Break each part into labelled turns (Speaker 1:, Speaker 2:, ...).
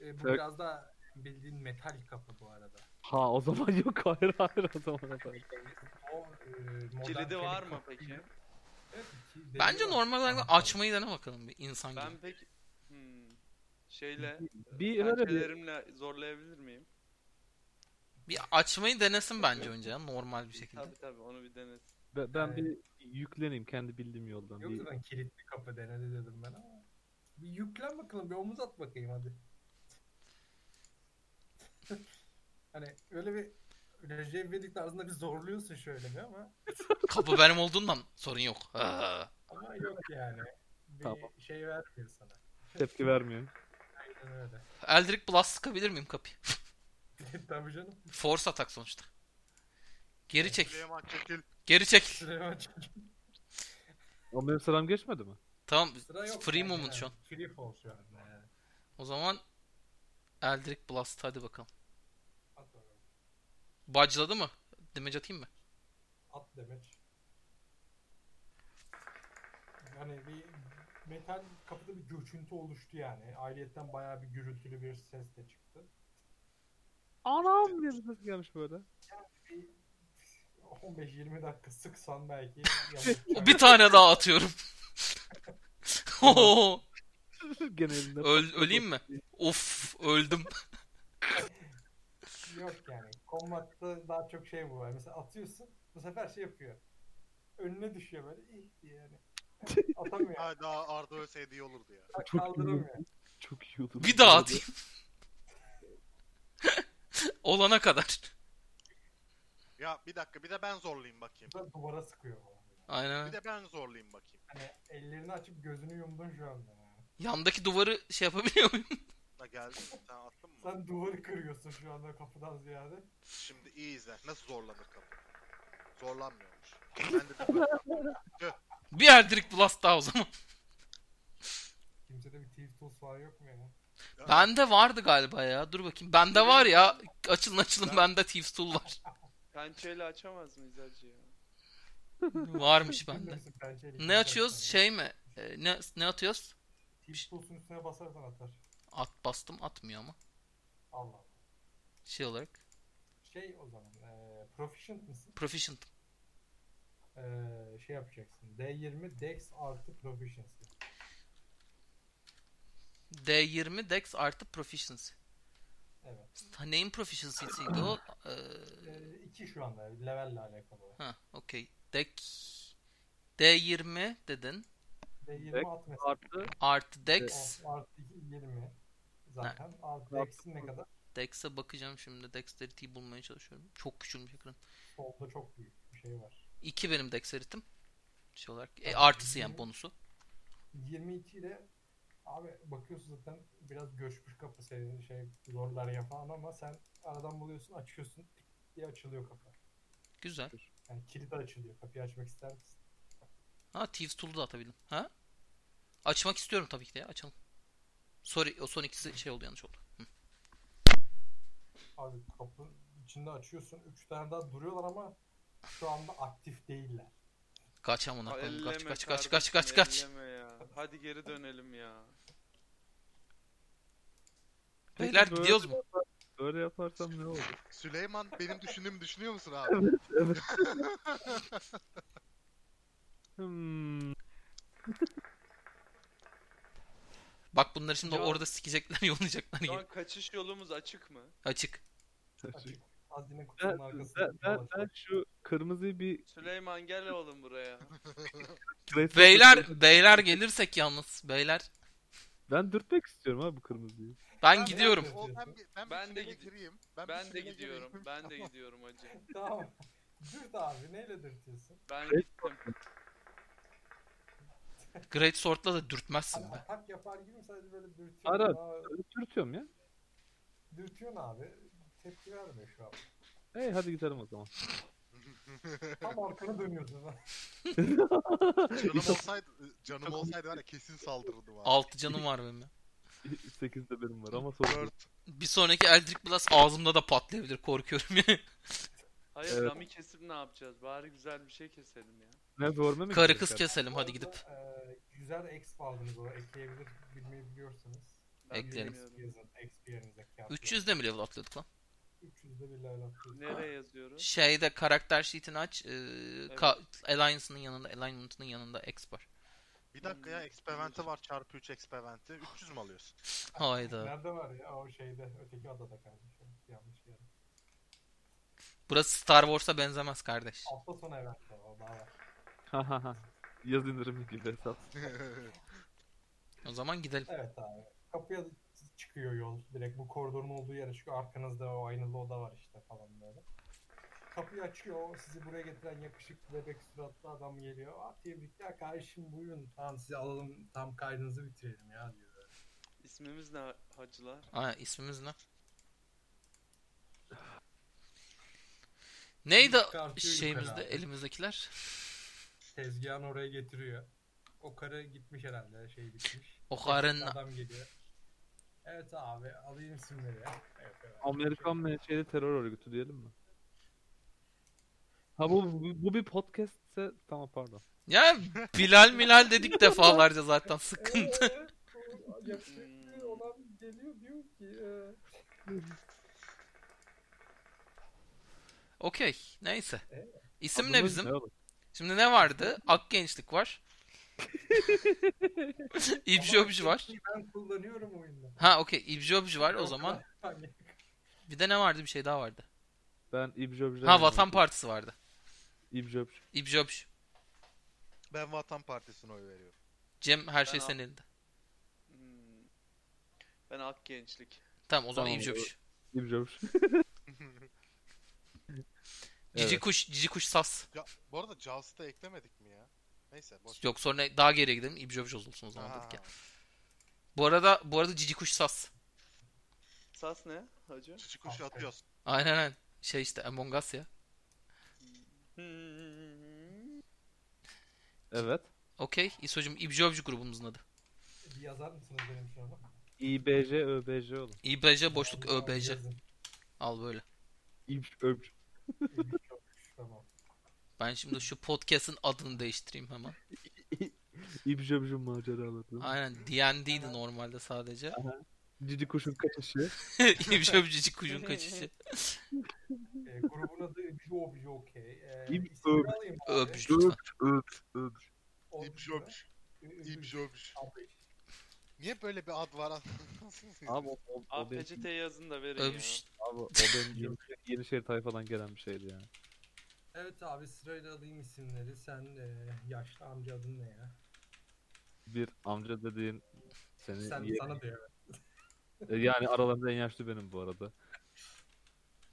Speaker 1: E, bu
Speaker 2: Evet.
Speaker 1: biraz da bildiğin metal kapı bu arada.
Speaker 2: Ha o zaman yok hayır hayır o zaman hayır.
Speaker 1: O e, modern
Speaker 3: Kilidi var
Speaker 1: kapı
Speaker 3: mı
Speaker 1: kapı
Speaker 3: peki?
Speaker 1: gibi. Evet, kilidi
Speaker 4: Bence
Speaker 1: var.
Speaker 4: normal olarak
Speaker 1: Tamam.
Speaker 4: açmayı dene bakalım bir insan gibi.
Speaker 3: Ben pek hmm, şeyle e,
Speaker 2: Bir öyle bir
Speaker 3: pençelerimle zorlayabilir miyim?
Speaker 4: Bir açmayı denesin bence önce ya, normal bir şekilde.
Speaker 3: Tabii tabii onu bir denesin.
Speaker 2: ben, ben bir yükleneyim kendi bildiğim yoldan.
Speaker 1: Yok
Speaker 2: Bir-
Speaker 1: zaten kilitli kapı denedi dedim ben ama. Bir yüklen bakalım bir omuz at bakayım hadi. hani öyle bir Recep İvedik tarzında bir zorluyorsun şöyle bir ama.
Speaker 4: Kapı benim olduğundan sorun yok. Ee, Ha.
Speaker 1: Ama yok yani. Bir
Speaker 2: Tamam.
Speaker 1: şey vermiyor sana.
Speaker 2: tepki vermiyor.
Speaker 1: Aynen öyle.
Speaker 4: Eldritch Blast sıkabilir miyim kapıyı?
Speaker 1: Tabii canım.
Speaker 4: Force atak sonuçta. Geri çek.
Speaker 5: Süleyman çekil.
Speaker 4: Geri çek.
Speaker 1: Süleyman
Speaker 2: O benim sıram geçmedi mi?
Speaker 4: Tamam.
Speaker 1: Sıra yok.
Speaker 4: Free
Speaker 1: yani.
Speaker 4: moment şu an.
Speaker 1: Free fall şu anda yani.
Speaker 4: O zaman Eldritch Blast hadi bakalım.
Speaker 1: At bakalım.
Speaker 4: Bacladı mı? Damage atayım mı?
Speaker 1: At demek. Hani bir metal kapıda bir göçüntü oluştu yani. Ayrıyeten bayağı bir gürültülü bir ses de çıktı.
Speaker 2: Anam diye bir ses gelmiş böyle.
Speaker 1: Bir 15-20 dakika sıksan belki.
Speaker 4: Bir tane daha atıyorum. Oo,
Speaker 2: Gene elinde.
Speaker 4: Öl, öleyim mi? Of öldüm.
Speaker 1: şey Yok yani. Kombatta daha çok şey bu var. Mesela atıyorsun. Bu sefer şey yapıyor. Önüne düşüyor böyle. İh diye yani. Atamıyor.
Speaker 5: Ha daha Arda ölseydi iyi olurdu ya.
Speaker 2: Çok iyi
Speaker 1: Kaldıramıyor.
Speaker 2: oldu. Çok iyi oldu.
Speaker 4: Bir daha atayım. Olana kadar.
Speaker 5: Ya bir dakika bir de ben zorlayayım bakayım.
Speaker 1: Bu da duvara sıkıyor falan.
Speaker 4: Aynen.
Speaker 5: Bir de ben zorlayayım bakayım.
Speaker 1: Hani ellerini açıp gözünü yumdun şu anda. yani.
Speaker 4: Yandaki duvarı şey yapabiliyor muyum?
Speaker 5: Da geldi mi? Sen attın mı?
Speaker 1: Sen duvarı kırıyorsun şu anda kapıdan ziyade.
Speaker 5: Şimdi iyi izle. Nasıl zorlanır kapı? Zorlanmıyormuş. Ben de dedim.
Speaker 4: Bir Eldritch Blast daha o zaman.
Speaker 1: Kimsede bir Thief Tools falan yok mu ya?
Speaker 4: Bende vardı galiba ya. Dur bakayım. Bende var ya. Açılın açılın bende Thieves Tool var.
Speaker 3: Pençeyle açamaz mıyız hacı ya?
Speaker 4: Varmış bende.
Speaker 1: Bilmiyorsun, bence elik
Speaker 4: Ne
Speaker 1: bir
Speaker 4: açıyoruz?
Speaker 1: taraftan.
Speaker 4: Şey mi? Ee, ne, ne atıyoruz?
Speaker 1: Thief Tools'un üstüne basarsan atar.
Speaker 4: At bastım atmıyor ama.
Speaker 1: Allah. Allah.
Speaker 4: Şey olarak.
Speaker 1: Şey o zaman. eee proficient mısın?
Speaker 4: Proficient.
Speaker 1: Eee şey yapacaksın. D20 Dex artı Proficiency.
Speaker 4: D20 Dex artı Proficiency.
Speaker 1: Evet.
Speaker 4: Ha, Neyin proficiency'siydi o? Ee,
Speaker 1: Eee iki şu anda. Levelle alakalı. olan.
Speaker 4: ha, okey. Deck D20 dedin.
Speaker 1: D20
Speaker 2: Dex
Speaker 1: at mesela.
Speaker 2: Artı
Speaker 4: Artı Dex.
Speaker 1: O artı iki, 20. Zaten. Artı Dex'in ne kadar?
Speaker 4: Dex'e bakacağım şimdi. Dexterity'yi bulmaya çalışıyorum. Çok küçülmüş ekran.
Speaker 1: Solda çok büyük bir şey var.
Speaker 4: 2 benim dexterity'm. Şey olarak. E, artısı yani bonusu.
Speaker 1: 22 ile abi bakıyorsun zaten biraz göçmüş kapı senin şey zorlar yapan ama sen aradan buluyorsun açıyorsun tık diye açılıyor kapı.
Speaker 4: Güzel.
Speaker 1: Yani kilit açılıyor kapıyı açmak ister misin?
Speaker 4: Ha Thieves Tool'u da atabildim. Ha? Açmak istiyorum tabii ki de ya. Açalım. Sorry o son ikisi şey oldu yanlış oldu. Hı.
Speaker 1: Abi kapının içinde açıyorsun 3 tane daha duruyorlar ama şu anda aktif değiller.
Speaker 4: Kaç amına
Speaker 3: Aa,
Speaker 4: koyayım. Kaç
Speaker 3: elleme
Speaker 4: kaç kaç kaç
Speaker 3: kardeşim,
Speaker 4: kaç kaç.
Speaker 3: elleme ya. Hadi geri dönelim ya.
Speaker 4: Beyler
Speaker 2: Peki,
Speaker 4: gidiyoruz mu?
Speaker 2: böyle yaparsam ne olur?
Speaker 5: Süleyman benim düşündüğümü düşünüyor musun abi?
Speaker 2: Hmm.
Speaker 4: Bak bunları şimdi
Speaker 3: Yo.
Speaker 4: orada sikecekler yollayacaklar
Speaker 3: Şu
Speaker 4: gibi.
Speaker 3: an kaçış yolumuz açık mı?
Speaker 4: Açık.
Speaker 1: Açık. Hazine kutunun
Speaker 2: Ben,
Speaker 1: arkasında.
Speaker 2: ben, ben, ben şu kırmızıyı bir
Speaker 3: Süleyman gel oğlum buraya.
Speaker 4: Beyler beyler gelirsek yalnız beyler.
Speaker 2: Ben dürtmek istiyorum abi bu kırmızıyı.
Speaker 4: Ben gidiyorum.
Speaker 5: O, ben, bir-
Speaker 3: Ben
Speaker 5: ben, ben
Speaker 3: de
Speaker 5: de
Speaker 3: gid-
Speaker 5: getireyim. Ben, bir
Speaker 3: ben de
Speaker 4: şey
Speaker 5: Süleyman'ı
Speaker 3: gidiyorum.
Speaker 5: getireyim.
Speaker 3: Ben de gidiyorum hacı.
Speaker 1: Tamam. Dürt abi neyle dürtüyorsun?
Speaker 3: Ben
Speaker 2: Evet.
Speaker 3: gittim.
Speaker 4: Great Sword'la da
Speaker 1: Hani
Speaker 4: dürtmezsin be.
Speaker 1: atak yapar gibi mi sadece böyle dürtüyorsun?
Speaker 2: Ara.
Speaker 1: Aa,
Speaker 2: Öyle Dürtüyorum ya.
Speaker 1: Dürtüyorsun abi. Tepki vermiyor şu an.
Speaker 2: Hey hadi gidelim o zaman.
Speaker 1: Tam arkana dönüyorsun.
Speaker 5: Canım olsaydı, canım olsaydı var ya kesin saldırırdım abi.
Speaker 4: 6 canım var benim ya.
Speaker 2: 8'de benim var ama sonra.
Speaker 5: 4.
Speaker 4: Bir sonraki Eldritch Blast ağzımda da patlayabilir korkuyorum ya.
Speaker 3: Hayır
Speaker 2: Evet.
Speaker 3: dummy kesip ne yapacağız? Bari güzel bir şey keselim ya.
Speaker 2: Ne zorla mı?
Speaker 4: Karı
Speaker 2: gidecek
Speaker 4: kız
Speaker 2: yani?
Speaker 4: keselim
Speaker 1: Bu arada, e,
Speaker 4: hadi gidip.
Speaker 1: eee, güzel exp aldınız o ekleyebilir bilmeyi biliyorsanız.
Speaker 3: Ben
Speaker 4: Ekleyelim.
Speaker 1: Yazın, XP'lerinize kağıt.
Speaker 4: 300'de mi level atladık lan?
Speaker 1: 300'de bir level atıyoruz.
Speaker 3: Nereye yazıyoruz?
Speaker 4: Şeyde karakter sheet'ini aç. E, ka- Alliance'ın yanında, Alignment'ın yanında X var.
Speaker 5: Bir dakika ya experimenti var çarpı 3 experimenti. 300 mü alıyorsun?
Speaker 4: Hayda.
Speaker 1: Nerede var ya o şeyde öteki adada kardeşim. Yanlış yer.
Speaker 4: Burası Star Wars'a benzemez kardeş.
Speaker 1: Hafta sonu evet o daha var.
Speaker 2: Ha ha ha. Yaz indirimi gibi hesap.
Speaker 4: O zaman gidelim.
Speaker 1: Evet abi. Kapıya çıkıyor yol. Direkt bu koridorun olduğu yere çıkıyor. Arkanızda o aynalı oda var işte falan böyle. Kapıyı açıyor. o Sizi buraya getiren yakışıklı bebek suratlı adam geliyor. Aa tebrikler kardeşim buyurun. Tamam sizi alalım. Tam kaydınızı bitirelim ya diyor.
Speaker 3: İsmimiz ne hacılar?
Speaker 4: Aa ismimiz ne? Neydi
Speaker 1: Çıkartıyor
Speaker 4: şeyimizde
Speaker 1: yukarı abi.
Speaker 4: elimizdekiler?
Speaker 1: Tezgahın oraya getiriyor. O karı gitmiş herhalde. Şey bitmiş.
Speaker 4: O karın
Speaker 1: Adam geliyor. Evet abi alayım isimleri ya. Evet, evet. Ee,
Speaker 2: Amerikan menşeli terör örgütü diyelim mi? Ha bu, bu, bu bir podcastse tamam pardon.
Speaker 4: Ya Bilal Milal dedik defalarca zaten sıkıntı.
Speaker 1: Ee, o Yakışıklı olan geliyor diyor ki e,
Speaker 4: Okey neyse. İsim
Speaker 2: Adımız
Speaker 4: ne bizim?
Speaker 2: oğlum?
Speaker 4: Şimdi ne vardı? Ak gençlik var. İbjobj şey var.
Speaker 1: Ben kullanıyorum oyunda.
Speaker 4: Ha okey İbjobj var o zaman.
Speaker 1: Hani
Speaker 4: Bir de ne vardı bir şey daha vardı.
Speaker 2: Ben İbjobj'den.
Speaker 4: Ha Vatan Partisi vardı.
Speaker 2: İbjobj.
Speaker 4: İbjobj.
Speaker 5: ben Vatan Partisi'ne oy veriyorum.
Speaker 4: Cem her şey
Speaker 3: Ben-
Speaker 4: senin elinde.
Speaker 3: Hmm. Ben ak gençlik.
Speaker 4: Tamam o zaman
Speaker 2: Tamam,
Speaker 4: İbjobj.
Speaker 2: İbjobj.
Speaker 4: Cici
Speaker 2: Evet.
Speaker 4: kuş, cici kuş sas.
Speaker 5: Ya, bu arada Jaws'ı da eklemedik mi ya? Neyse boş.
Speaker 4: Yok sonra daha geriye gidelim. İbjobj olsun o zaman
Speaker 5: Ha,
Speaker 4: dedik ya. Bu arada bu arada cici kuş sas.
Speaker 3: Sas ne hacı?
Speaker 5: Çiçi kuşu atıyoruz.
Speaker 4: Aynen aynen. Şey işte Among Us ya.
Speaker 3: Hmm.
Speaker 2: Evet.
Speaker 4: Okey. İsocuğum İbjobj grubumuzun adı.
Speaker 1: bir yazar mısınız benim şu an? Hani
Speaker 2: İBJ ÖBJ oğlum.
Speaker 4: İBC boşluk ÖBC.
Speaker 1: Yazın.
Speaker 4: Al böyle.
Speaker 2: İbjobj.
Speaker 1: Çok- şey tamam.
Speaker 4: Ben şimdi şu podcast'ın adını değiştireyim hemen.
Speaker 2: İbjobj'un maceraları.
Speaker 4: Aynen D&D'ydi normalde sadece.
Speaker 2: Cici kuşun kaçışı.
Speaker 4: İbjobj cici kuşun kaçışı.
Speaker 1: E, grubun adı Job Jockey. E,
Speaker 2: İb-
Speaker 1: ismini
Speaker 2: Öb-
Speaker 1: alayım abi.
Speaker 4: Öbj lütfen.
Speaker 2: Öbj öbj öbj.
Speaker 1: Onun e,
Speaker 5: İbjob.
Speaker 1: ismi- Ö- Öbj.
Speaker 5: İbjob.
Speaker 1: Abi,
Speaker 5: şey Niye böyle bir ad var?
Speaker 2: Abi o, o, o benim,
Speaker 3: APCT yazın da verin ya.
Speaker 4: Öbj.
Speaker 2: abi, o benim yeni, Yenişehir tayfadan gelen bir şeydi yani.
Speaker 1: Evet abi sırayla alayım isimleri. Sen e, yaşlı amca adın ne ya?
Speaker 2: Bir amca dediğin seni
Speaker 1: Sen
Speaker 2: ye-
Speaker 1: sana diyor.
Speaker 2: e, yani aralarında en yaşlı benim bu arada.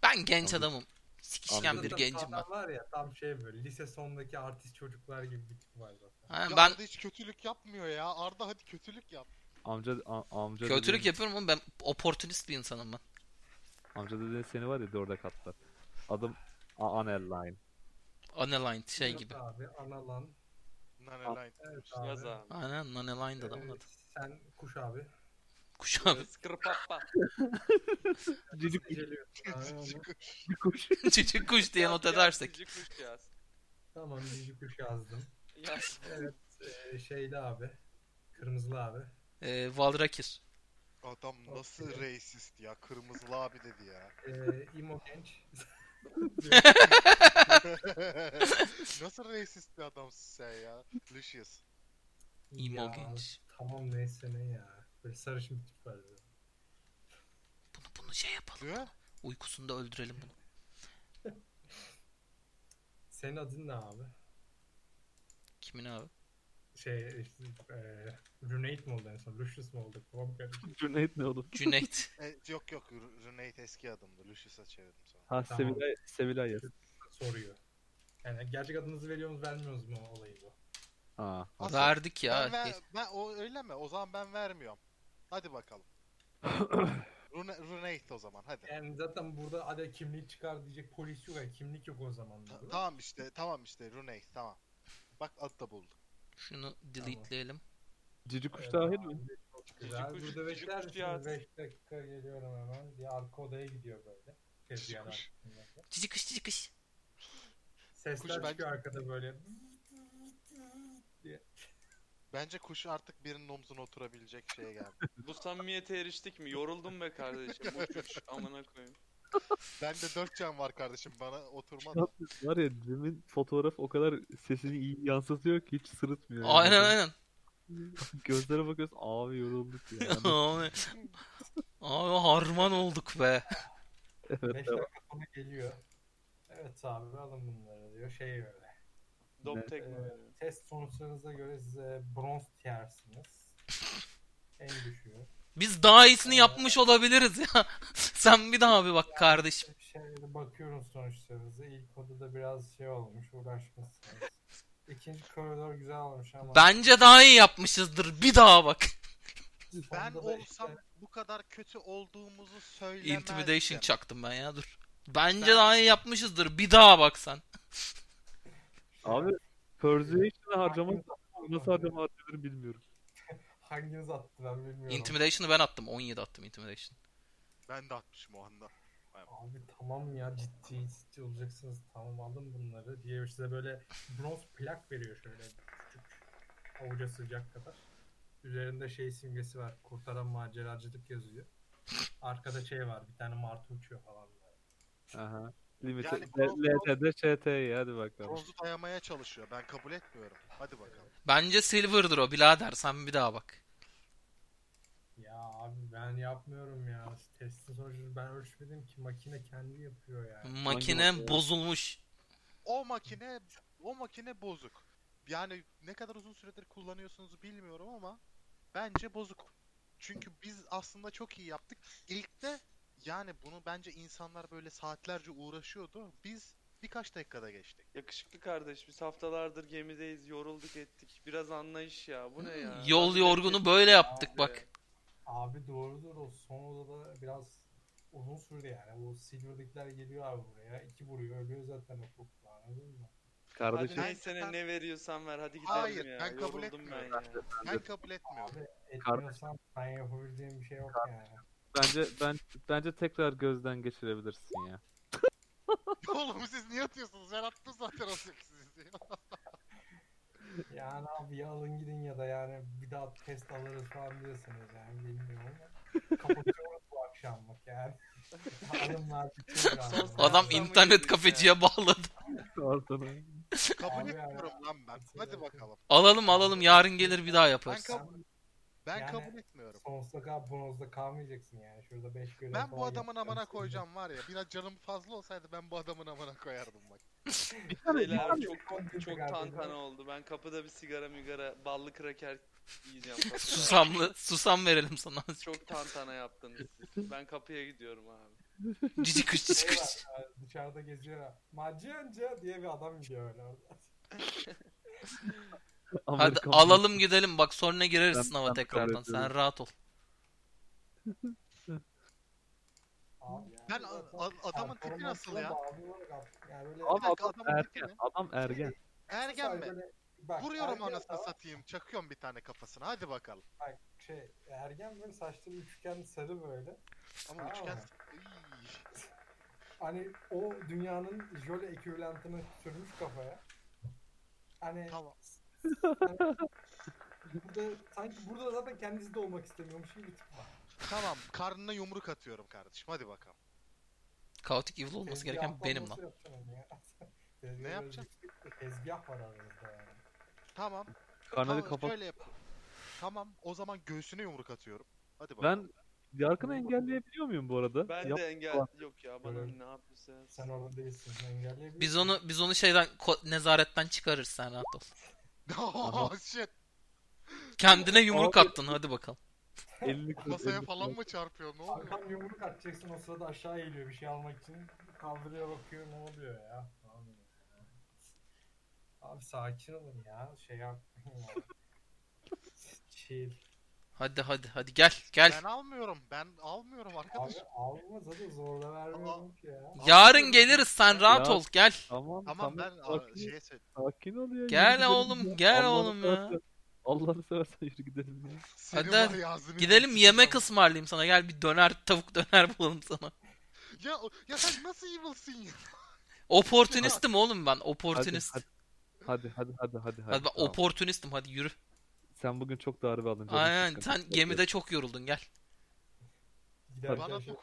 Speaker 4: Ben genç
Speaker 2: Anladım.
Speaker 4: adamım. Sikişken
Speaker 2: Anladım.
Speaker 4: bir gencim ben.
Speaker 1: Adam var ya tam şey böyle lise sondaki artist çocuklar gibi bir tip var zaten.
Speaker 4: Aynen,
Speaker 5: Ya
Speaker 4: ben
Speaker 5: Arda hiç kötülük yapmıyor ya. Arda hadi kötülük yap.
Speaker 2: Amca a- amca
Speaker 4: kötülük
Speaker 2: dediğin,
Speaker 4: yapıyorum ama ben oportunist bir insanım ben.
Speaker 2: amca dediğin seni var ya dörde katlar. Adım A- Anel Line.
Speaker 4: Unaligned şey
Speaker 1: Evet
Speaker 4: gibi.
Speaker 1: Abi analan.
Speaker 5: Nanelay.
Speaker 1: Evet abi.
Speaker 3: Yaz abi.
Speaker 4: Aynen unaligned adamın
Speaker 1: Ee,
Speaker 4: adı.
Speaker 1: Sen kuş abi.
Speaker 4: Kuş abi.
Speaker 3: Skırpapa.
Speaker 2: Cici
Speaker 1: Geceliyorsun abi onu.
Speaker 2: kuş.
Speaker 4: Çocuk kuş diye not
Speaker 3: Yaz,
Speaker 4: edersek.
Speaker 3: Cici kuş yaz.
Speaker 1: Tamam cici kuş yazdım.
Speaker 3: Yaz.
Speaker 1: Evet ee, şeyli abi. Kırmızılı abi.
Speaker 4: Ee, Valrakir.
Speaker 5: Adam nasıl reisist ya. Kırmızılı abi dedi ya.
Speaker 1: Ee, imo genç.
Speaker 5: nasıl reisist bir adamsın sen ya. Lucius.
Speaker 4: İmo
Speaker 1: Ya,
Speaker 4: genç.
Speaker 1: Tamam neyse ne ya. Böyle sarışın bir tip var. böyle.
Speaker 4: Bunu bunu şey yapalım.
Speaker 5: Diyor.
Speaker 4: Uykusunda öldürelim bunu.
Speaker 1: Senin adın ne abi?
Speaker 4: Kimin abi?
Speaker 1: Şey işte, ee, Runate mi oldu en son? Lucius mu oldu? Kafam karıştı.
Speaker 2: Cüneyt ne oğlum?
Speaker 4: Cüneyt.
Speaker 5: E, yok yok. R- Renate eski adımdı. Lucius'a çevirdim sonra.
Speaker 2: Ha
Speaker 1: Tamam.
Speaker 2: Sevilay, Sevilay yes.
Speaker 1: Soruyor. Yani gerçek adınızı veriyor musunuz vermiyoruz mu olayı bu?
Speaker 2: Ha.
Speaker 5: Asıl-
Speaker 4: Verdik
Speaker 5: Ben,
Speaker 4: ya.
Speaker 5: ver, ben o öyle mi? O zaman ben vermiyorum. Hadi bakalım. Rune, Runate o zaman hadi.
Speaker 1: Yani zaten burada hadi kimlik çıkar diyecek polis yok. ya, kimlik yok o zaman.
Speaker 5: Ta- tamam işte tamam işte Runate tamam. Bak adı da buldum.
Speaker 4: Şunu delete'leyelim.
Speaker 2: Cici kuş
Speaker 1: Evet,
Speaker 2: dahil
Speaker 1: abi,
Speaker 2: mi?
Speaker 1: Çok
Speaker 3: Cici
Speaker 1: güzel.
Speaker 3: kuş-
Speaker 1: Burada
Speaker 3: cici
Speaker 1: bekler
Speaker 3: kuş yaz.
Speaker 1: misiniz? 5 dakika geliyorum hemen. Bir arka odaya gidiyor böyle. Tezgahın
Speaker 5: kuş.
Speaker 1: arkasındaki.
Speaker 4: Cici kış cici kış.
Speaker 1: Sesler
Speaker 5: Kuş bence-
Speaker 1: çıkıyor arkada böyle.
Speaker 5: Bence kuş artık birinin omzuna oturabilecek şeye geldi.
Speaker 3: Bu samimiyete eriştik mi? Yoruldum be kardeşim. Uçuş amına koyayım.
Speaker 5: Bende dört can var kardeşim bana oturma. da.
Speaker 2: Şapkısı Var ya Cem'in fotoğrafı o kadar sesini iyi yansıtıyor ki hiç sırıtmıyor. yani.
Speaker 4: Aynen aynen.
Speaker 2: Gözlere bakıyoruz abi yorulduk ya. Yani,
Speaker 4: abi, abi harman olduk be.
Speaker 2: evet,
Speaker 1: 5 dakika sonra geliyor. Evet abi alın bunları diyor. Şey öyle.
Speaker 3: Dop tekme
Speaker 1: Ee,
Speaker 3: veriyorum.
Speaker 1: test sonuçlarınıza göre size bronz tiersiniz. en düşüğü.
Speaker 4: Biz daha iyisini yapmış olabiliriz ya. Sen bir daha bir bak kardeşim.
Speaker 1: Şeylere şey, bakıyorum sonuçlarınıza. İlk odada biraz şey olmuş, uğraşmışsınız. İkinci koridor güzel olmuş ama
Speaker 4: Bence daha iyi yapmışızdır. Bir daha bak.
Speaker 1: sonunda
Speaker 5: Ben
Speaker 1: da
Speaker 5: olsam
Speaker 1: işte
Speaker 5: bu kadar kötü olduğumuzu söylemezdim.
Speaker 4: Intimidation çaktım ben ya dur. Bence daha iyi yapmışızdır. Bir daha bak sen.
Speaker 2: abi Persuasion'ı harcamak
Speaker 1: hanginiz attı,
Speaker 2: nasıl harcama harcanır bilmiyorum.
Speaker 1: Hanginiz attı ben bilmiyorum.
Speaker 4: Intimidation'ı ben attım. 17 attım intimidation.
Speaker 5: Ben de atmışım o anda.
Speaker 1: Abi tamam ya ciddi ciddi olacaksınız tamam alın bunları diye size böyle bronz plak veriyor şöyle küçük avuca sıcak kadar. Üzerinde şey simgesi var kurtaran maceracılık yazıyor. Arkada şey var bir tane martı uçuyor falan. böyle.
Speaker 2: Aha. Limit
Speaker 5: Yani
Speaker 2: L-
Speaker 5: bunu-
Speaker 2: LTD ÇT'yi hadi bakalım.
Speaker 5: Bronzu dayamaya çalışıyor. Ben kabul etmiyorum. Hadi bakalım.
Speaker 4: Bence silver'dır o birader. Sen bir daha bak.
Speaker 1: Ya abi ben yapmıyorum ya testin sonucunu ben ölçmedim ki makine kendi yapıyor yani.
Speaker 4: Makine
Speaker 2: makine?
Speaker 4: bozulmuş.
Speaker 5: O makine o makine bozuk. Yani ne kadar uzun süredir kullanıyorsunuz bilmiyorum ama bence bozuk. Çünkü biz aslında çok iyi yaptık. İlk de yani bunu bence insanlar böyle saatlerce uğraşıyordu. Biz birkaç dakikada geçtik.
Speaker 3: Yakışıklı kardeş biz haftalardır gemideyiz. Yorulduk ettik. Biraz anlayış ya. Bu ne ya?
Speaker 4: Yol yorgunu böyle yaptık bak.
Speaker 1: Abi doğrudur o son odada biraz uzun sürdü yani. Bu Silver'dakiler geliyor abi buraya. iki vuruyor ölüyor zaten o kurtlar anladın mı?
Speaker 2: Kardeşim
Speaker 3: Hadi neyse ne,
Speaker 5: Ben-
Speaker 3: ne veriyorsan ver hadi gidelim
Speaker 5: Hayır,
Speaker 3: ya.
Speaker 5: ben kabul
Speaker 3: Yoruldum ben
Speaker 5: etmiyorum.
Speaker 3: ya.
Speaker 5: Ben kabul etmiyorum.
Speaker 1: Etmiyorsan ben yapabileceğim bir şey yok yani.
Speaker 2: bence ben bence tekrar gözden geçirebilirsin ya.
Speaker 5: Oğlum siz niye atıyorsunuz? Ben attım zaten o sizi diyor.
Speaker 1: Yani abi ya alın gidin ya da yani bir daha test alırız falan diyorsunuz yani bilmiyorum ama. Kapatıyoruz bu akşamlık yani. Alımlar bitiyor yani.
Speaker 3: Son- Hayattan
Speaker 4: Adam
Speaker 3: mı
Speaker 4: internet
Speaker 3: girdik
Speaker 4: kafeciye bağladı.
Speaker 2: Ortada.
Speaker 5: Kabul
Speaker 1: Abi
Speaker 5: etmiyorum lan ben. Hadi bakalım.
Speaker 4: Alalım alalım yarın gelir bir daha
Speaker 5: Ben
Speaker 4: yaparız.
Speaker 5: kabul, ben
Speaker 1: Yani-
Speaker 5: kabul etmiyorum.
Speaker 1: Sonsuza kadar bonozda kalmayacaksın yani. Şurada 5 görev
Speaker 5: Ben bu
Speaker 1: falan
Speaker 5: adamın
Speaker 1: yapacaksın.
Speaker 5: amına koyacağım var ya. Biraz canım fazla olsaydı ben bu adamın amına koyardım bak.
Speaker 3: Beyler çok
Speaker 1: Çok
Speaker 3: çok tantana oldu. Ben kapıda bir sigara migara ballı kraker yiyeceğim. kapıda.
Speaker 4: Susamlı susam verelim sana.
Speaker 3: Çok tantana yaptınız siz. Ben kapıya gidiyorum abi.
Speaker 4: Cici kış cici
Speaker 1: Şey
Speaker 4: kış.
Speaker 1: var, e, dışarıda geziyor. Macanca diye bir adam gidiyor öyle orada.
Speaker 4: Hadi
Speaker 2: Amerikan-
Speaker 4: alalım gidelim bak sonra gireriz
Speaker 2: Ben-
Speaker 4: sınava
Speaker 2: ben de kabul
Speaker 4: tekrardan. Sen
Speaker 2: ediyorum.
Speaker 4: rahat ol.
Speaker 1: Abi yani
Speaker 5: Ben
Speaker 1: zaten
Speaker 5: a- a- adamın tipi nasıl
Speaker 1: performansına
Speaker 5: ya?
Speaker 1: bağlı olarak Yani böyle
Speaker 5: Bir dakika
Speaker 2: Abi
Speaker 5: adamın tipi
Speaker 2: ergen.
Speaker 5: ne?
Speaker 2: Adam ergen.
Speaker 5: Şey, Ergen mi?
Speaker 1: Böyle- bak,
Speaker 5: Vuruyorum
Speaker 1: ergen
Speaker 5: anasını
Speaker 1: adam-
Speaker 5: satayım. Çakıyorum bir tane kafasına. Hadi bakalım.
Speaker 1: Bak şey ergen böyle saçları üçgen sarı böyle.
Speaker 5: Ama
Speaker 1: Aa.
Speaker 5: üçgen... İy.
Speaker 1: Hani o dünyanın jöle ekvivalentini sürmüş kafaya. Hani
Speaker 5: Tamam.
Speaker 1: burada sanki burada zaten kendisi de olmak istemiyormuş gibi bir tip var.
Speaker 5: Tamam. Karnına yumruk atıyorum kardeşim. Hadi bakalım.
Speaker 4: Kaotik evil olması
Speaker 1: Tezgah
Speaker 4: gereken
Speaker 1: falan
Speaker 4: benim lan.
Speaker 1: nasıl yapacaksın onu ya? Tezgah böyle
Speaker 5: yapacaksın?
Speaker 1: yüksek bir Tezgah var aranızda yani.
Speaker 5: Tamam.
Speaker 2: Karnını
Speaker 5: tamam,
Speaker 2: kapat.
Speaker 5: Şöyle yap. Tamam. O zaman göğsüne yumruk atıyorum. Hadi bakalım.
Speaker 2: Ben Yarkın'ı engelleyebiliyor muyum bu arada?
Speaker 3: Ben
Speaker 2: Yap-
Speaker 3: de engel
Speaker 2: Ulan.
Speaker 3: yok ya bana
Speaker 1: Evet.
Speaker 3: ne yapıyorsun?
Speaker 1: Sen orada değilsin. sen engelleyebilirsin.
Speaker 4: Biz onu biz onu şeyden ko- nezaretten çıkarırız sen rahat ol.
Speaker 5: Oh shit.
Speaker 4: Kendine yumruk
Speaker 2: Abi-
Speaker 4: attın hadi bakalım.
Speaker 2: elini kır,
Speaker 5: Masaya
Speaker 2: elini
Speaker 5: falan
Speaker 2: kır.
Speaker 5: mı çarpıyor? Ne oluyor?
Speaker 1: Arkam yumruk atacaksın o sırada aşağı eğiliyor bir şey almak için. Kaldırıyor bakıyor ne oluyor ya. Abi, abi sakin olun ya. Şey yapmayın ya. Chill.
Speaker 4: Hadi hadi hadi gel gel.
Speaker 5: Ben almıyorum. Ben almıyorum arkadaş.
Speaker 1: Abi alma zaten zorla vermiyorum ki ya.
Speaker 4: Yarın geliriz sen rahat
Speaker 2: Ya-
Speaker 4: ol gel.
Speaker 2: Tamam,
Speaker 5: Tamam ben şey- aa,
Speaker 2: sakin,
Speaker 5: şeye söyleyeyim.
Speaker 2: sakin ol ya.
Speaker 4: Gel
Speaker 2: yürü gidelim
Speaker 4: oğlum,
Speaker 2: ya.
Speaker 4: gel
Speaker 2: Allah'ını
Speaker 4: oğlum ya.
Speaker 2: seversen- Allah'ını seversen yürü gidelim ya.
Speaker 5: Senin
Speaker 4: Hadi.
Speaker 5: var ya ağzını
Speaker 4: Gidelim
Speaker 5: yiyeyim.
Speaker 4: yemek ısmarlayayım sana. Gel bir döner tavuk döner bulalım sana.
Speaker 5: Ya, ya sen nasıl evil'sın ya?
Speaker 4: Opportunistim oğlum ben.
Speaker 2: Hadi,
Speaker 4: Opportunist. Hadi,
Speaker 2: Hadi hadi hadi hadi.
Speaker 4: ben
Speaker 2: tamam.
Speaker 4: opportunistim hadi yürü.
Speaker 2: Sen bugün çok darbe aldın. canın
Speaker 4: Aynen
Speaker 2: sıkkın.
Speaker 4: sen gemide çok yoruldun gel.
Speaker 1: Giderken
Speaker 5: Bana
Speaker 1: şey-
Speaker 5: dokun